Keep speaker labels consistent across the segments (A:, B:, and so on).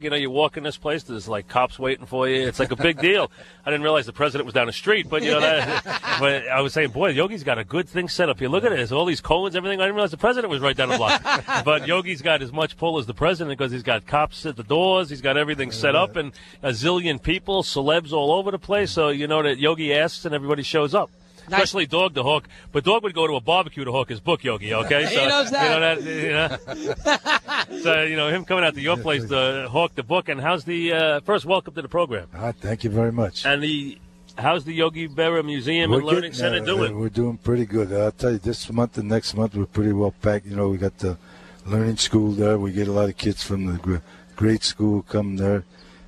A: You know, you walk in this place, there's like cops waiting for you. It's like a big deal. I didn't realize the president was down the street, but you know, that, but I was saying, boy, Yogi's got a good thing set up here. Look at this, all these Colons, everything. I didn't realize the president was right down the block. but Yogi's got as much pull as the president because he's got cops at the doors, he's got everything set up, and a zillion people, celebs all over the place. So you know that Yogi asks and everybody shows up.
B: Nice.
A: Especially Dog the Hook, but Dog would go to a barbecue to hook his book, Yogi. Okay,
B: He knows that.
A: You know that you know, so uh, you know him coming out to your place to hawk the book. And how's the uh, first welcome to the program?
C: Ah, thank you very much.
A: And the how's the Yogi Berra Museum and Learning
C: getting
A: Center
C: there.
A: doing?
C: We're doing pretty good. I'll tell you, this month and next month we're pretty well packed. You know, we got the learning school there. We get a lot of kids from the gr- grade school come there.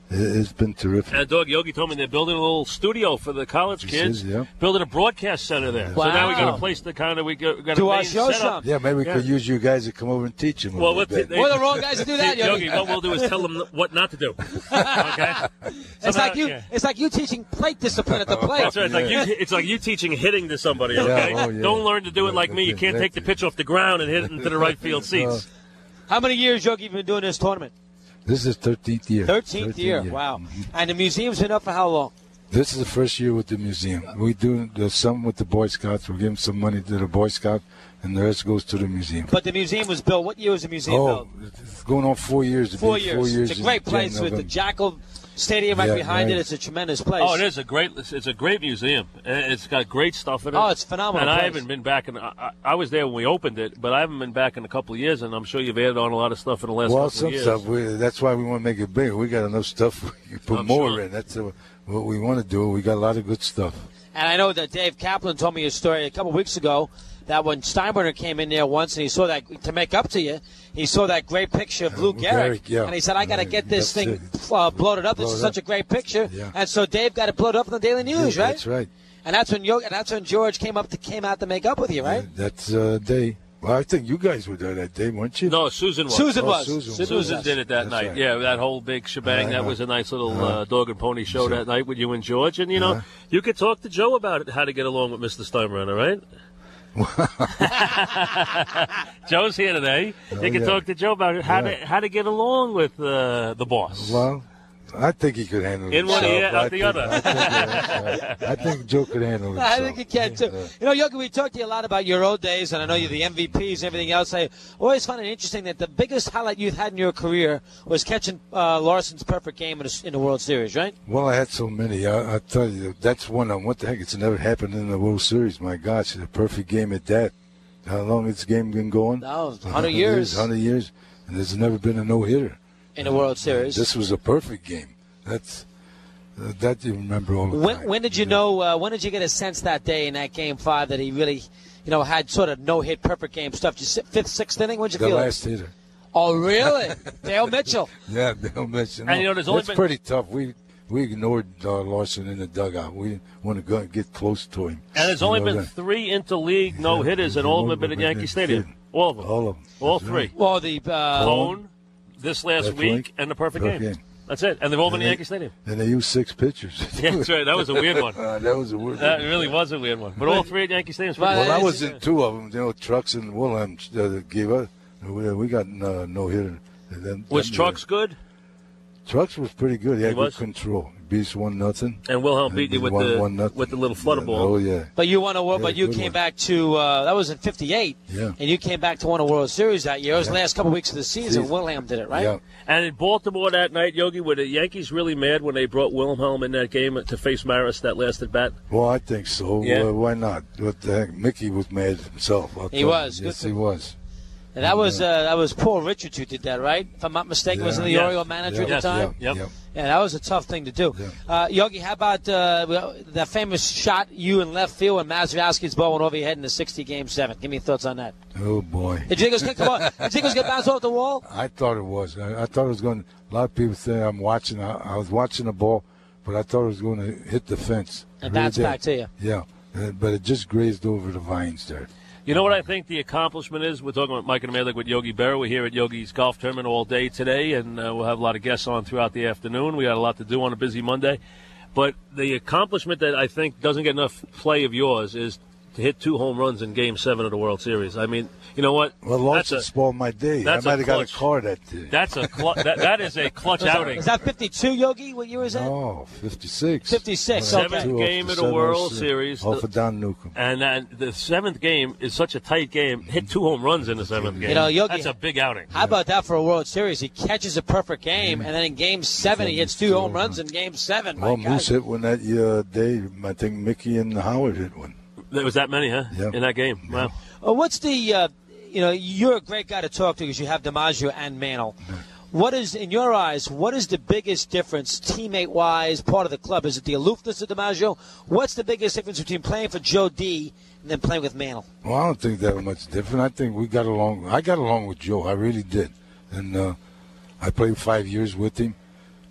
C: It, it's been terrific.
A: And Uh, Dog Yogi told me they're building a little studio for the college
C: This
A: kids,
C: is, yeah.
A: building a broadcast center there. So
B: Wow.
A: now we got a place to kind of we got, we got
B: Do
A: a
B: our
A: main
B: show
A: setup.
B: some.
C: yeah, maybe we
A: Yeah.
C: could use you guys to come over and teach them. a
A: Well,
C: little
A: what
C: bit.
A: they-
B: We're the wrong guys to do that, Yogi.
A: Yogi, what we'll do is tell them what not to do. Okay,
B: It's like you.
A: Yeah.
B: It's like you teaching plate discipline at the plate.
A: That's right. It's like you. It's like you teaching hitting to somebody. Okay,
C: oh, yeah.
A: don't learn to do it like me. You
C: Exactly. Oh,
A: can't take the pitch off the ground and hit it into the right field seats.
B: How many years, Yogi, have you been doing this tournament?
C: this is thirteenth year.
B: Thirteenth
C: 13th
B: year. Wow. And the museum's been up for how long?
C: This is the first year with the museum. We do there's something with the Boy Scouts. We give them some money to the Boy Scout, and the rest goes to the museum.
B: But the museum was built. What year was the museum built?
C: Oh, it's going on four years. It'll
B: Four
C: be
B: years.
C: Four years.
B: It's a
C: in
B: great
C: Jan-
B: place with the
C: November.
B: Jackal Stadium right
C: Yeah,
B: behind
C: right.
B: it. It's a tremendous place.
A: Oh, it is a great. It's a great museum. Uh, It's got great stuff in it.
B: Oh, it's phenomenal
A: And I
B: place.
A: haven't been back, and I, I was there when we opened it, but I haven't been back in a couple of years, and I'm sure you've added on a lot of stuff in the last
C: Well,
A: couple of
C: some
A: years.
C: stuff. We, that's why we want to make it bigger. We got enough stuff. We can put
A: I'm
C: more
A: sure.
C: in. That's uh what we want to do. We got a lot of good stuff.
B: And I know that Dave Kaplan told me a story a couple weeks ago that when Steinbrenner came in there once and he saw that to make up to you, he saw that great picture of Lou
C: Lou
B: Gehrig,
C: Gehrig, yeah.
B: and he said, "I got to get this
C: That's
B: thing
C: it.
B: uh, bloated up. This
C: Blow
B: is
C: it
B: such
C: up.
B: a great picture."
C: Yeah.
B: And so Dave got it bloated up in the Daily News, right?
C: That's right.
B: And that's when Yo- and that's when George came up to came out to make up with you, right?
C: That's uh, day. Well, I think you guys were there that day, weren't you?
A: No, Susan was.
B: Susan
C: Oh,
B: was.
C: Susan was.
B: was
A: Susan
B: us.
A: did it that
C: That's
A: night.
C: right.
A: Yeah, that whole big shebang.
C: Uh-huh.
A: That was a nice little uh, dog and pony show that night with you and George. And you know,
C: Uh-huh.
A: you could talk to Joe about it, how to get along with Mr. Steinbrenner, right? Joe's here today. you can
C: Oh, yeah.
A: talk to Joe about it, how
C: Yeah.
A: to how to get along with uh, the boss.
C: Well, I think he could handle it.
A: In one ear, out the other.
C: I think, uh, I think Joe could handle it.
B: I think you can too. You know, Yogi, we talked to you a lot about your old days, and I know you're the MVPs and everything else. I always find it interesting that the biggest highlight you've had in your career was catching uh, Larson's perfect game in the, in the World Series, right?
C: Well, I had so many. I, I tell you, that's one of them. What the heck? It's never happened in the World Series. My gosh, a perfect game at that. How long has this game been going?
B: No, 100 years.
C: 100 years. And there's never been a no hitter.
B: In the World Series.
C: This was a perfect game. That's. Uh, that you remember all the
B: when,
C: time.
B: when did you know? Uh, when did you get a sense that day in that game five that he really, you know, had sort of no hit perfect game stuff? Just si- fifth, sixth inning. What'd you
C: The
B: feel?
C: last hitter.
B: Oh, really? Dale Mitchell.
C: Yeah, Bill Mitchell.
A: And, you know, there's only
C: it's
A: been-
C: pretty tough. We we ignored uh, Larson in the dugout. We didn't want to go and get close to him.
A: And there's
C: You
A: only
C: know
A: been
C: that.
A: three interleague no hitters, and all of them have been at Yankee Stadium. All of them.
C: All of 'em.
A: All
C: That's
A: three.
B: Well, the uh,
A: Cone, this last
C: That's
A: week,
C: right.
A: and the perfect
C: Perfect
A: game.
C: game.
A: That's it. And they've all been at
C: And they-
A: Yankee Stadium.
C: And they used six pitchers.
A: Yeah, that's right. That was a weird one.
C: Uh, that was a word.
A: That really was a weird one. But all three at Yankee Stadium. is
B: Well,
A: pretty
C: well, I
B: that's-
C: was in two of them. You know, Trucks and Willem uh, gave us. We, we got uh, no hitter. And then-
A: was
C: then, uh,
A: Trucks good?
C: Trucks was pretty good. He had
A: was?
C: good control. Beats one nothing.
A: And Wilhelm beat you
C: Beat
A: with
C: one-
A: the
C: one nothing.
A: with the little flutter
C: Yeah,
A: ball.
C: Oh yeah.
B: but you won a world.
C: Yeah,
B: but you
C: good
B: came
C: one.
B: back to uh, that was in '58.
C: Yeah.
B: And you came back to win a World Series that year. It was the
C: Yeah.
B: last couple weeks of the season.
C: Season.
B: William did it, right?
C: Yeah.
A: And in Baltimore that night, Yogi, were the Yankees really mad when they brought Wilhelm in that game to face Maris that last at bat?
C: Well, I think so.
A: Yeah.
C: Well, why not? What the heck? Mickey was mad himself. I'll
B: He
C: tell you.
B: was. Good
C: Yes,
B: for-
C: he was.
B: And that was uh, that was Paul Richards who did that, right? If I'm not mistaken, was
C: Yeah.
B: the
A: Yes.
B: Oriole manager
A: Yes.
B: at the time.
A: Yep.
B: Yeah, that was a tough thing to do.
C: Yeah.
B: Uh, Yogi, how about uh, well, that famous shot you in left field when Mazeroski's ball went over your head in the 60 game seven? Give me your thoughts on that.
C: Oh boy.
B: Did you think it was gonna come off? Did you think it was gonna bounce off the wall?
C: I thought it was. I, I thought it was going. A lot of people say I'm watching. I, I was watching the ball, but I thought it was going to hit the fence.
B: And
C: It
B: bounced
C: did.
B: back to you.
C: Yeah, Uh, but it just grazed over the vines there.
A: You know what I think the accomplishment is? We're talking about Mike and Malik with Yogi Berra. We're here at Yogi's Golf Tournament all day today, and uh, we'll have a lot of guests on throughout the afternoon. We got a lot to do on a busy Monday. But the accomplishment that I think doesn't get enough play of yours is to hit two home runs in Game Seven of the World Series. I mean, you know what?
C: Well,
A: That's
C: Lawson
A: a-
C: spoiled my day. I
A: that's a
C: might have got a
A: clutch.
C: car that day.
A: That's a clu- that, that is a clutch outing.
B: Is that 52, Yogi? What year is that?
C: Oh, 56.
B: 56,
C: When I
B: okay.
C: threw off
A: Game
C: the
A: of the World
C: seven,
A: Series.
C: Off of Don Newcomb.
A: And then the seventh game is such a tight game. Hit two home runs in the seventh game.
B: know, Yogi-
A: that's a big outing.
B: How about that for a World Series? He catches a perfect game, and then in Game Seven he hits two home runs in Game Seven. My
C: Mm. Well,
B: God.
C: Moose hit one that uh, day. I think Mickey and Howard hit one.
A: There was that many, huh?
C: Yeah.
A: In that game. Wow.
B: Uh, what's the, uh, you know, you're a great guy to talk to because you have DiMaggio and Mantle. What is, in your eyes, what is the biggest difference, teammate-wise, part of the club? Is it the aloofness of DiMaggio? What's the biggest difference between playing for Joe D and then playing with Mantle?
C: Well, I don't think that was much different. I think we got along. I got along with Joe. I really did. And uh, I played five years with him.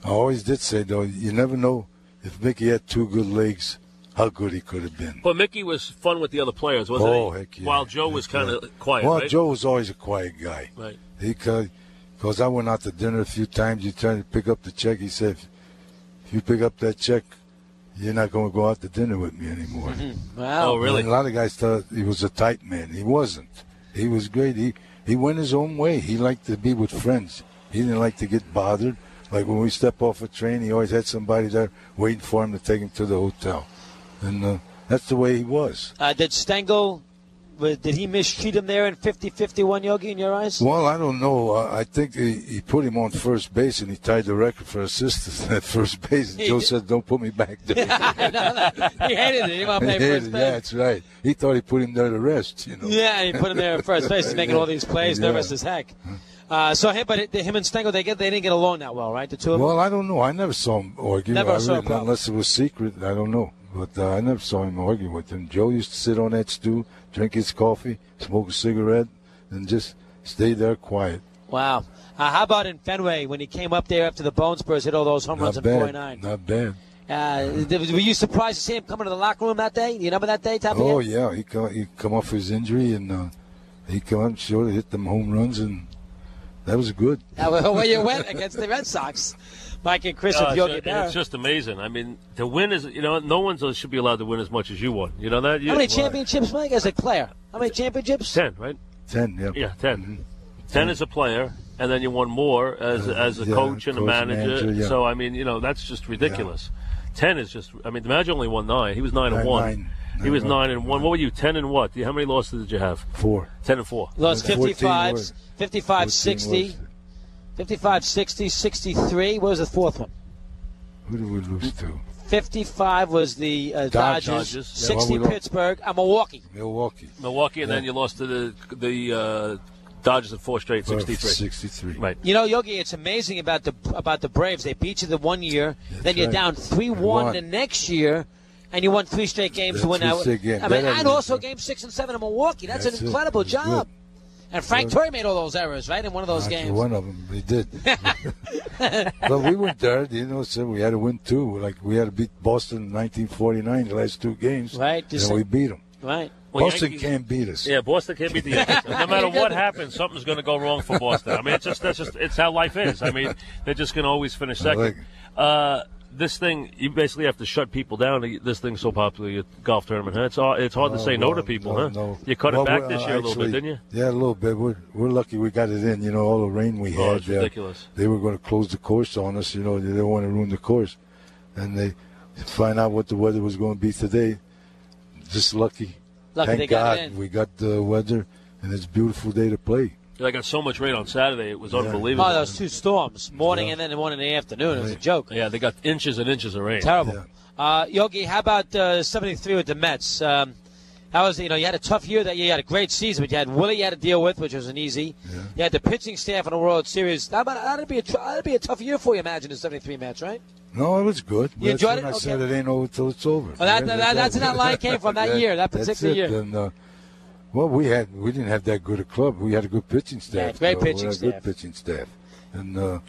C: I always did say, though, you never know if Mickey had two good legs, how good he could have been.
A: But Mickey was fun with the other players, wasn't
C: oh,
A: he?
C: heck yeah.
A: While Joe was
C: Heck
A: kind of
C: yeah.
A: quiet.
C: Well,
A: right?
C: Joe was always a quiet guy.
A: Right.
C: He because I went out to dinner a few times. You trying to pick up the check. He said, "If you pick up that check, you're not going to go out to dinner with me anymore."
B: Wow.
A: Oh, really?
C: And a lot of guys thought he was a tight man. He wasn't. He was great. He he went his own way. He liked to be with friends. He didn't like to get bothered. Like when we step off a train, he always had somebody there waiting for him to take him to the hotel, and uh, that's the way he was.
B: Uh, did Stengel, w- did he mistreat him there in 50-51, Yogi, in your eyes?
C: Well, I don't know. I I think he, he put him on first base and he tied the record for assists at first base. And Joe said, "Don't put me back there."
B: he hated it. He wanted to play
C: He hated-
B: first base.
C: yeah, that's right. He thought he put him there to rest. You know.
B: Yeah, and he put him there at first base. He's making all these plays,
C: Yeah.
B: nervous as heck. Uh, so, him, but it, him and Stengel, they get they didn't get along that well, right? The two of them.
C: Well, I don't know. I never saw him argue.
B: Never
C: I
B: saw a
C: really-
B: problem.
C: unless it was secret. I don't know. But uh, I never saw him argue with him. Joe used to sit on that stool, drink his coffee, smoke a cigarette, and just stay there quiet.
B: Wow. Uh, how about in Fenway when he came up there after the Bone Spurs hit all those home runs
C: Not
B: in
C: bad.
B: 49?
C: Not bad.
B: Uh, th- were you surprised to see him coming to the locker room that day? You remember that day, Tapia?
C: Oh yeah, he come, he come off his injury and uh, he come up short, hit them home runs, and that was good.
B: That was Uh, where you went against the Red Sox. Mike and Chris
A: Uh,
B: and
A: it's,
B: Yogi
A: and
B: Berra.
A: it's just amazing. I mean, to win is you know no one should be allowed to win as much as you won. You know that? You,
B: How many championships, Mike, as a player? How many championships?
A: ten, right?
C: Ten, yeah.
A: Yeah, 10 Ten as a player, and then you won more as as a
C: Mm-hmm. Uh, yeah,
A: coach and a
C: coach,
A: manager.
C: manager, yeah.
A: So I mean, you know, that's just ridiculous. Ten is just. I mean, the manager only won nine. He was nine,
C: Nine,
A: and one.
C: nine.
A: he
C: Nine,
A: was
C: one.
A: nine and one. What were you? Ten and what? How many losses did you have?
C: Four.
A: Ten and four.
B: Lost
C: 14
B: 55,
C: was-
B: 55,
C: 14
B: 60,
C: was-
B: 55, 60, 63. What was the fourth one?
C: Who did we lose to?
B: 55 was the uh,
C: Dodgers.
B: Dodgers,
A: Dodgers.
B: 60
C: Yeah, well, we lost.
B: Pittsburgh, and Milwaukee.
C: Milwaukee.
A: Milwaukee, and then you lost to the the uh, Dodgers in four straight, sixty-three.
C: 63.
A: Right.
B: You know, Yogi, it's amazing about the about the Braves. They beat you the one year, then you're
C: right.
B: down three
C: One.
B: one the next year, and you won three straight games to
C: Yeah,
B: win
C: three
B: out.
C: straight games.
B: I mean,
C: That
B: and
C: is-
B: also game six and seven in Milwaukee. That's,
C: That's
B: an
C: it.
B: incredible
C: That's
B: job. And Frank
C: Good.
B: Torrey made all those errors, right, in one of those
C: After
B: games.
C: One of them, we did. but we went there, you know, so we had to win two. Like, we had to beat Boston in 1949, the last two games.
B: Right, just-
C: And we beat them.
B: Right.
A: Well,
C: Boston
A: Yankees-
C: can't beat us.
A: Yeah, Boston can't beat the Yankees. No matter what happens, something's going to go wrong for Boston. I mean, it's just that's just it's how life is. I mean, they're just going to always finish
C: like
A: second. Uh, this thing, you basically have to shut people down. to get This thing's so popular, at golf tournament. Huh? It's hard, it's hard to say no, to people, huh?
C: no.
A: You cut
C: Well,
A: it back
C: we're,
A: this
C: uh,
A: year a little bit,
C: actually-
A: didn't you?
C: Yeah, a little bit. We're, we're lucky we got it in. You know, all the rain we
A: Oh,
C: had.
A: it's
C: uh,
A: ridiculous.
C: They were going to close the course on us. You know, they didn't want to ruin the course. And they find out what the weather was going to be today. Just lucky.
B: Lucky
C: Thank
B: they got
C: God
B: it in.
C: we got the weather, and it's a beautiful day to play.
A: I got so much rain on Saturday; it was unbelievable.
B: Oh, those two storms, morning and then one in the afternoon. It was a joke.
A: yeah, they got inches and inches of rain.
B: Terrible. Uh, Yogi, how about uh, 73 with the Mets? Um, that was, you know, you had a tough year that year. You had a great season, but you had Willie you had to deal with, which wasn't easy. You had the pitching staff in the World Series. That about, that'd, be a, tr- that'd be a tough year for you, imagine, in 73 Mets, right?
C: No, it was good.
B: You
C: That's
B: enjoyed
C: when
B: it?
C: I said
B: Okay.
C: it ain't over till it's over.
B: that- that- that's where that line came from, that year, that
C: that's
B: particular
C: it.
B: year.
C: And, uh, well, we had we didn't have that good a club. We had a good pitching staff.
B: Yeah, great
C: though. We
B: pitching
C: had a
B: staff.
C: Good pitching staff. And uh,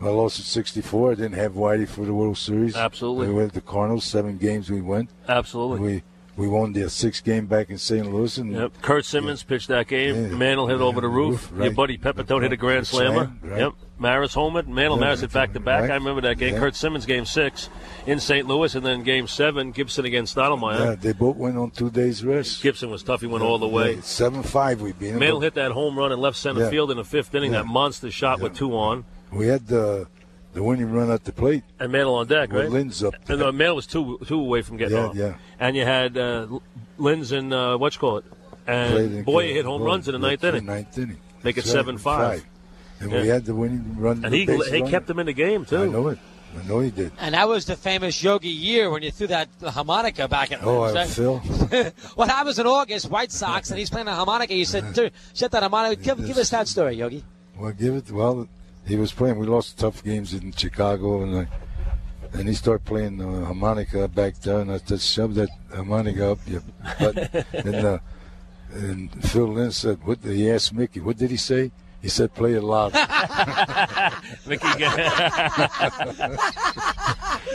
C: I lost at 64. I didn't have Whitey for the World Series.
A: Absolutely.
C: We went to the Cardinals. Seven games we went.
A: Absolutely.
C: We We won their sixth game back in St. Louis, and
A: Yep. Kurt Simmons pitched that game.
C: Yeah.
A: Mantle hit
C: Yeah,
A: over the roof.
C: roof, right.
A: Your buddy Pepitone hit a grand slammer.
C: Slam, right.
A: Yep. Maris homered. Mantle
C: Yeah,
A: Maris hit back to back.
C: right.
A: I remember that game.
C: Yeah.
A: Kurt Simmons game six in St. Louis, and then game seven Gibson against Stottlemyre.
C: yeah, uh, they both went on two days rest.
A: Gibson was tough. He went all the way.
C: seven five, we beat them.
A: Mantle hit that home run in left center
C: Yeah.
A: field in the fifth inning.
C: Yeah.
A: That monster shot with two on,
C: We had the the winning run at the plate.
A: and Mantle on deck,
C: With
A: right?
C: Lynn's up
A: And, uh, Mantle was two two away from getting
C: Yeah,
A: off.
C: yeah.
A: And you had uh, L- Linz and uh, what you call it,
C: Played in-
A: and Boyer hit home
C: Boyer
A: runs in the ninth
C: hit
A: inning.
C: Ninth inning.
A: Make it
C: That's right,
A: 7-5.
C: And
A: Yeah.
C: we had the winning run.
A: And he
C: bases
A: he
C: on
A: kept them in the game too.
C: I know it. I know he did.
B: And that was the famous Yogi year when you threw that harmonica back at
C: Oh,
B: him.
C: I,
B: So-
C: Phil.
B: what happens in August? White Sox, and he's playing the harmonica. You said, "Dude, shut that harmonica." Give, give us that story, Yogi.
C: Well, give it. Well, he was playing. We lost tough games in Chicago, and I, and he started playing the harmonica back there, and I said, "Shove that harmonica up your butt." and uh, and Phil Lynn said, "What?" Did, he asked Mickey, "What did he say?" He said, "Play it loud."
A: Mickey Ga-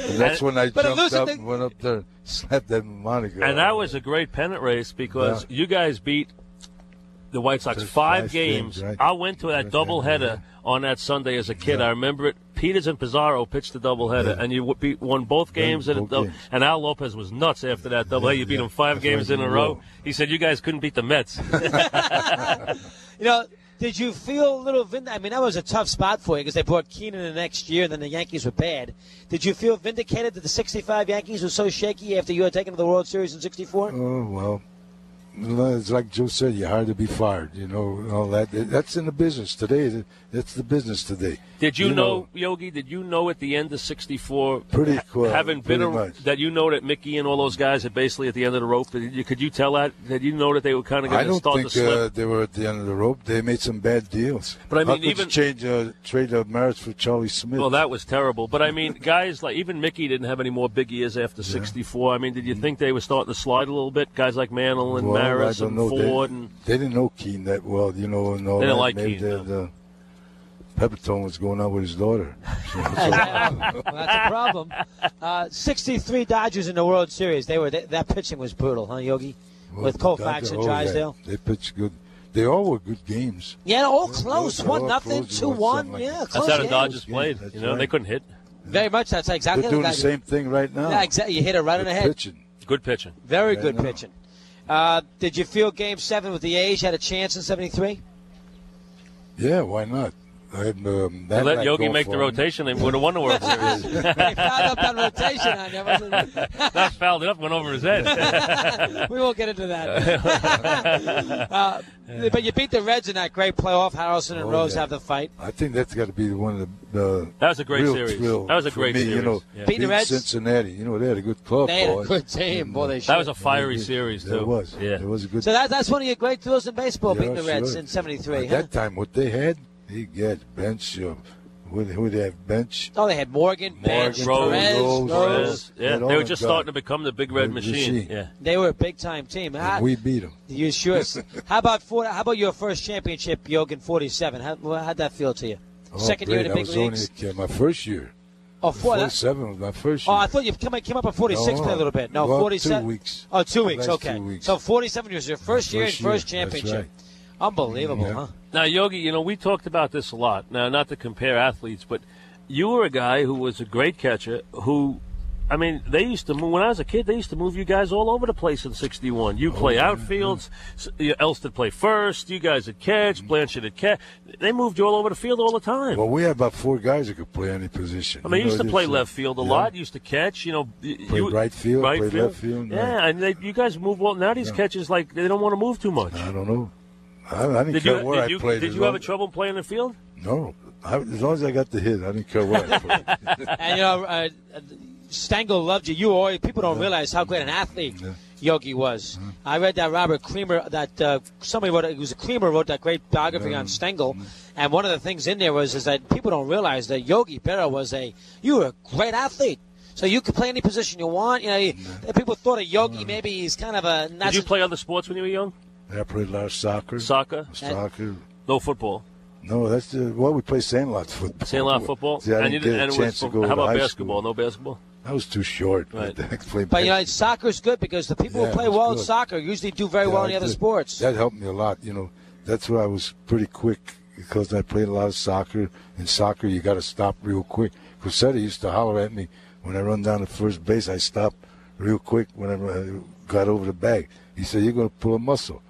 C: And that's when I
B: But it
C: jumped
B: loses
C: up
B: the-
C: and went up there, and slapped that harmonica.
A: and that was a great pennant race because you guys beat the White Sox
C: Just
A: five,
C: five
A: games.
C: games, right.
A: I went to that
C: Right,
A: doubleheader
C: yeah.
A: on that Sunday as a kid. I remember it. Peters and Pizarro pitched the doubleheader,
C: Yeah.
A: and you w- beat, won both games. and,
C: both
A: dou-
C: games.
A: and Al Lopez was nuts after that doubleheader. you beat
C: yeah.
A: him five
C: That's
A: games
C: right,
A: in a row. He said you guys couldn't beat the Mets.
B: You know, did you feel a little vind? I mean, that was a tough spot for you because they brought Keenan the next year, and then the Yankees were bad. Did you feel vindicated that the '65 Yankees were so shaky after you were taken to the World Series in '64?
C: Oh well, it's like Joe said, you're hard to be fired. You know and all that. That's in the business today. That's the business today.
A: Did you, know, Yogi? Did you know at the end of '64,
C: Pretty
A: ha-
C: well,
A: having
C: pretty
A: been a-
C: much.
A: that you know that Mickey and all those guys are basically at the end of the rope? Did you, could you tell that? Did you know that they were kind of
C: I
A: going to
C: don't
A: start to
C: think
A: slip?
C: uh, they were at the end of the rope. They made some bad deals.
A: But I
C: How
A: mean,
C: could you
A: even-
C: change uh, trade of marriage for Charlie Smith.
A: Well, that was terrible. But I mean, guys like even Mickey didn't have any more big years after '64. I mean, did you think they were starting to slide a little bit? Guys like Mantle and
C: Mm. Well,
A: Maris
C: I
A: and
C: don't know.
A: Ford
C: they,
A: and
C: they didn't know Keene that well, you know, and all
A: They didn't
C: that.
A: like
C: Maybe
A: Keene, no.
C: the Pepitone was going out with his daughter. So-
B: uh, well, that's a problem. Uh, 63 Dodgers in the World Series. They were they, that pitching was brutal, huh, Yogi? With
C: Well,
B: Koufax
C: Dodger-
B: and
C: oh, yeah.
B: Drysdale.
C: They pitched good. They all were good games.
B: Yeah, all
C: Yeah,
B: close.
C: those are
B: One
C: all
B: nothing,
C: close,
B: two
C: one
B: one.
C: something like
B: yeah,
C: that.
B: close.
A: that's how the
B: games.
A: Dodgers
C: Yeah,
A: played.
C: that's
A: You know,
C: right.
A: they couldn't hit.
B: Very much. That's exactly.
C: They're
B: how
C: doing the
B: Dodgers-
C: same thing right now.
B: Yeah, exactly. You hit it right on the
C: They're
B: head.
C: Pitching.
A: Good pitching.
B: Very
C: Yeah,
B: good
C: no.
B: pitching. Uh, did you feel Game Seven with the A's? You had a chance in '73.
C: Yeah, why not? And, um,
A: They
C: that
A: let
C: might
A: Yogi
C: go
A: make the
C: for 'em.
A: rotation. They would have won the World Series.
B: they fouled up that rotation on you. wasn't it?
A: Not fouled it up, went over his head.
B: We won't get into that. uh, but you beat the Reds in that great playoff. Harrelson and
C: Oh,
B: Rose
C: yeah.
B: have the fight.
C: I think that's got to be one of the. the
A: That was a great
C: real
A: series.
C: thrill
A: That was a
C: for
A: great
C: me, You
A: series.
C: know,
A: Yeah.
B: Beating the Reds?
C: Cincinnati. You know, they had a good club.
B: They had a
C: boys.
B: good team. Boy, they
A: that
B: should.
A: was a fiery series too.
C: There was.
A: Yeah.
C: There was a good.
B: so that, that's one of your great thrills in baseball,
C: Yeah,
B: beating the Reds
C: sure.
B: in '73.
C: At
B: Huh?
C: that time, what they had, they got bench. Uh, who, who they have bench?
B: Oh, they had Morgan, Bench,
A: Rose,
C: Rose,
B: Perez,
C: Rose.
A: Perez. Yeah,
C: They
A: they were
C: all
A: just
C: got-
A: starting to become the big red
C: Big
A: machine.
C: machine.
A: Yeah.
B: They were a big time team. How,
C: And we beat them.
B: you sure? how about four, how about your first championship, Yogi, in '47? How, how'd that feel to you? Second year in the
C: Oh, I
B: big
C: was
B: leagues.
C: Only, uh, my first year.
B: Oh, four, that-
C: 47 was my first
B: Oh,
C: year.
B: I thought you came, came up at 46
C: No,
B: play a little bit. No,
C: well,
B: 47.
C: two weeks.
B: Oh, two weeks.
C: Last
B: okay.
C: two weeks.
B: So 47 was your first year
C: First
B: and first
C: year, that's
B: championship.
C: right.
B: Unbelievable,
C: Yeah.
B: huh?
A: Now, Yogi, you know, we talked about this a lot. Now, not to compare athletes, but you were a guy who was a great catcher who. I mean, they used to move when I was a kid. They used to move you guys all over the place in '61. You play
C: Oh,
A: outfields, s- you- Elston play first. You guys at catch, Blanchard at catch. They moved you all over the field all the time.
C: Mm-hmm. Well, we had about four guys that could play any position.
A: I mean, you used to play left
C: field.
A: field a
C: uh, yeah.
A: lot. You used to catch. You know, y-
C: Played
A: you,
C: right field, played left field,
A: Yeah,
C: right.
A: and they, you guys move well. Now these catches like they don't want to move too much.
C: I don't know. I, I didn't
A: Did
C: care
A: you,
C: where
A: did
C: Uh, I
A: you,
C: played.
A: did
C: as
A: you have
C: long-
A: a trouble playing the field?
C: No. I, as long as I got the hit, I didn't care where I played.
B: And, you know, uh, uh, Stengel loved you. You always, people don't realize how great an athlete Yogi was.
C: Mm-hmm.
B: I read that Robert Creamer, that uh, somebody wrote, it was a Creamer wrote that great biography on Stengel.
C: Mm-hmm.
B: And one of the things in there was is that people don't realize that Yogi Berra was a, you were a great athlete. So you could play any position you want. You know, you- people thought of
C: Mm-hmm.
B: Yogi maybe he's kind of a.
A: Did you play other sports when you were young?
C: I played a lot of soccer.
A: Soccer,
C: Soccer.
A: no football.
C: No, that's the, well, we play sandlot football.
A: Sandlot football,
C: See, I
A: and you
C: didn't get a
A: and it was
C: chance to
A: from- how
C: go to
A: about
C: high
A: basketball?
C: School.
A: No basketball.
C: I was too short.
A: Right.
C: to play
B: But you
C: baseball.
B: know, soccer's good because the people
C: Yeah,
B: who play
C: it's
B: well in
C: good.
B: soccer usually do very
C: Yeah,
B: well
C: I
B: in the other
C: did.
B: sports.
C: That helped me a lot. You know, that's where I was pretty quick because I played a lot of soccer. In soccer, you got to stop real quick. Cosetta used to holler at me when I run down to first base. I stopped real quick whenever I got over the bag. He said, "You're going to pull a muscle."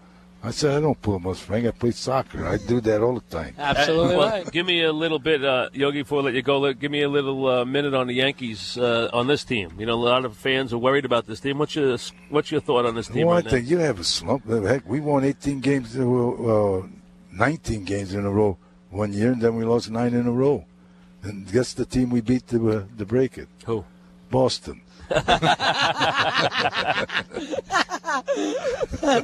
C: I said, "I don't pull a muscle, Frank. I play soccer. I do that all the time."
B: Absolutely
A: well,
B: right.
A: Give me a little bit, uh, Yogi, before I let you go. Let, give me a little uh, minute on the Yankees uh, on this team. You know, a lot of fans are worried about this team. What's your What's your thought on this team?
C: One
A: right now?
C: thing, you have a slump. Heck, we won 18 games, in a row, uh, 19 games in a row one year, and then we lost nine in a row. And guess the team we beat to, uh, to break it?
A: Who?
C: Boston.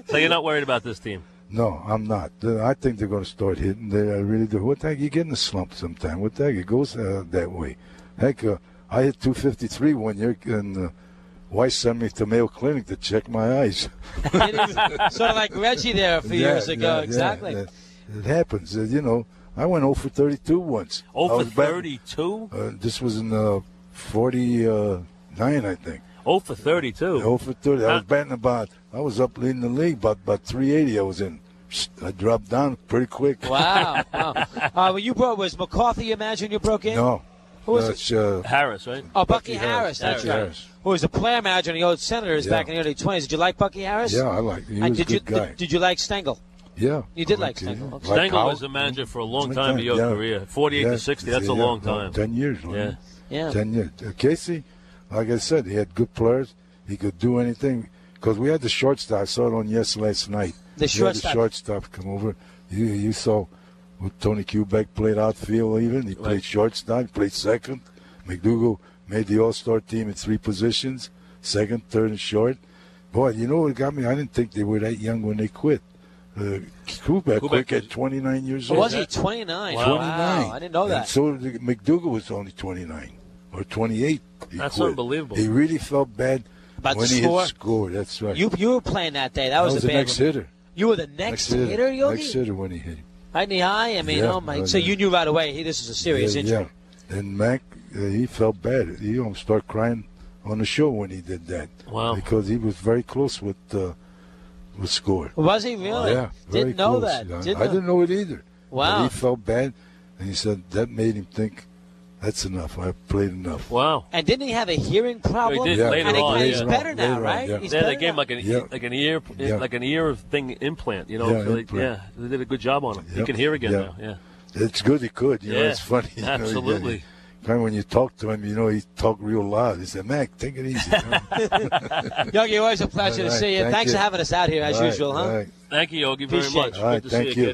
A: So you're not worried about this team?
C: No, I'm not. Uh, I think they're going to start hitting. They I really do. What the heck? You get in a slump sometime. What the heck? It goes uh, that way. Heck, uh, I hit 253 one year, and uh, Weiss sent me to Mayo Clinic to check my eyes.
B: It is sort of like Reggie there a few
C: Yeah,
B: years ago.
C: yeah, yeah,
B: exactly.
C: yeah. It happens. Uh, you know, I went 0 for 32 once. I
A: Oh for
C: was batting-
A: 32.
C: Uh, this was in uh, 49, I think.
A: Oh for 32.
C: Oh for 30. I
A: Huh.
C: was batting about, I was up leading the league, about, about 380 I was in. Psst, I dropped down pretty quick.
B: Wow. wow. Uh, well, you brought was McCarthy. You imagine you broke in.
C: No.
B: Who was
C: That's, uh,
A: Harris, right?
B: Oh, Bucky,
C: Bucky
B: Harris.
C: Harris.
B: That's
C: Bucky
B: right.
C: Harris.
B: Who was a player manager in the old Senators
C: Yeah.
B: back in the early 20s. Did you like Bucky Harris?
C: yeah, I like He
B: And
C: was a
B: did
C: good
B: you
C: guy.
B: Did, did you like Stengel?
C: yeah.
B: you did
C: I
B: like
C: it.
B: Stengel.
C: Like
A: Stengel
C: Howell.
A: was the manager for a long
C: Long
A: time in your
C: yeah.
A: career, 48
C: Yeah,
A: to 60. That's a
C: yeah,
A: long
C: no,
A: time.
C: 10 years. wasn't
A: Yeah.
C: it?
B: Yeah.
C: 10 years. Uh, Casey, like I said, he had good players. He could do anything. Because we had the shortstop. I saw it on Yes last night.
B: The
C: We had
B: shortstop.
C: the shortstop come over. You, you saw what Tony Kubek played outfield even. He played shortstop. He played second. McDougal made the all-star team in three positions, second, third, and short. Boy, you know what got me? I didn't think they were that young when they quit. Uh, Kubek, quit
A: was-
C: at 29 years
B: Or
C: old.
B: Oh, was he 29?
A: Wow.
B: Wow, I didn't know
C: And
B: that.
C: so the- McDougal was only 29 or 28. He
A: That's
C: quit.
A: unbelievable.
C: He really felt bad
B: About
C: when
B: the
C: he
B: score?
C: hit score. That's right.
B: You you were playing that day. That
C: I
B: was,
C: was
B: a
C: the
B: bad
C: next
B: one.
C: hitter.
B: You were the next, hitter, Yogi.
C: Next hitter when he hit. him.
B: Right in the eye. I mean,
C: Yeah,
B: oh my!
C: right,
B: so
C: yeah.
B: you knew right away. Hey, this is a serious
C: yeah,
B: injury.
C: yeah. And Mac, uh, he felt bad. He almost started crying on the show when he did that.
A: Wow.
C: Because he was very close with uh, with score.
B: Was he really?
C: Yeah, very
B: didn't know
C: close.
B: that.
C: I-
B: Didn't
C: I
B: know-
C: didn't know it either.
B: Wow.
C: But he felt bad, and he said that made him think, "That's enough. I played enough."
A: Wow.
B: And didn't he have a hearing problem?
A: did
C: Yeah.
A: later
B: and he-
A: on,
B: and he's
A: yeah.
B: better now,
C: Later on,
B: right?
C: yeah.
B: He's
A: Yeah, they
B: better
A: gave him
B: now.
A: like an e,
C: Yeah.
A: like an ear
C: Yeah.
A: like an ear thing implant. You know,
C: Yeah,
A: so they-
C: implant.
A: yeah, they did a good job on him. He
C: Yep.
A: can hear again
C: Yeah.
A: now. Yeah.
C: It's good he could. You know,
A: Yeah,
C: it's funny. You know, he-
A: absolutely.
C: Kind of when you talk to him, you know, he talk real loud. He said, Mac, take it easy. All
B: Yogi, always a pleasure
C: All
B: to
C: right,
B: see you.
C: thank
B: Thanks
C: you.
B: for having us out here as
C: right,
B: usual, huh?
C: all right.
A: Thank you, Yogi, very
B: Appreciate
A: much.
B: it.
C: All right,
A: good to
C: thank
A: see
C: you.
A: kid.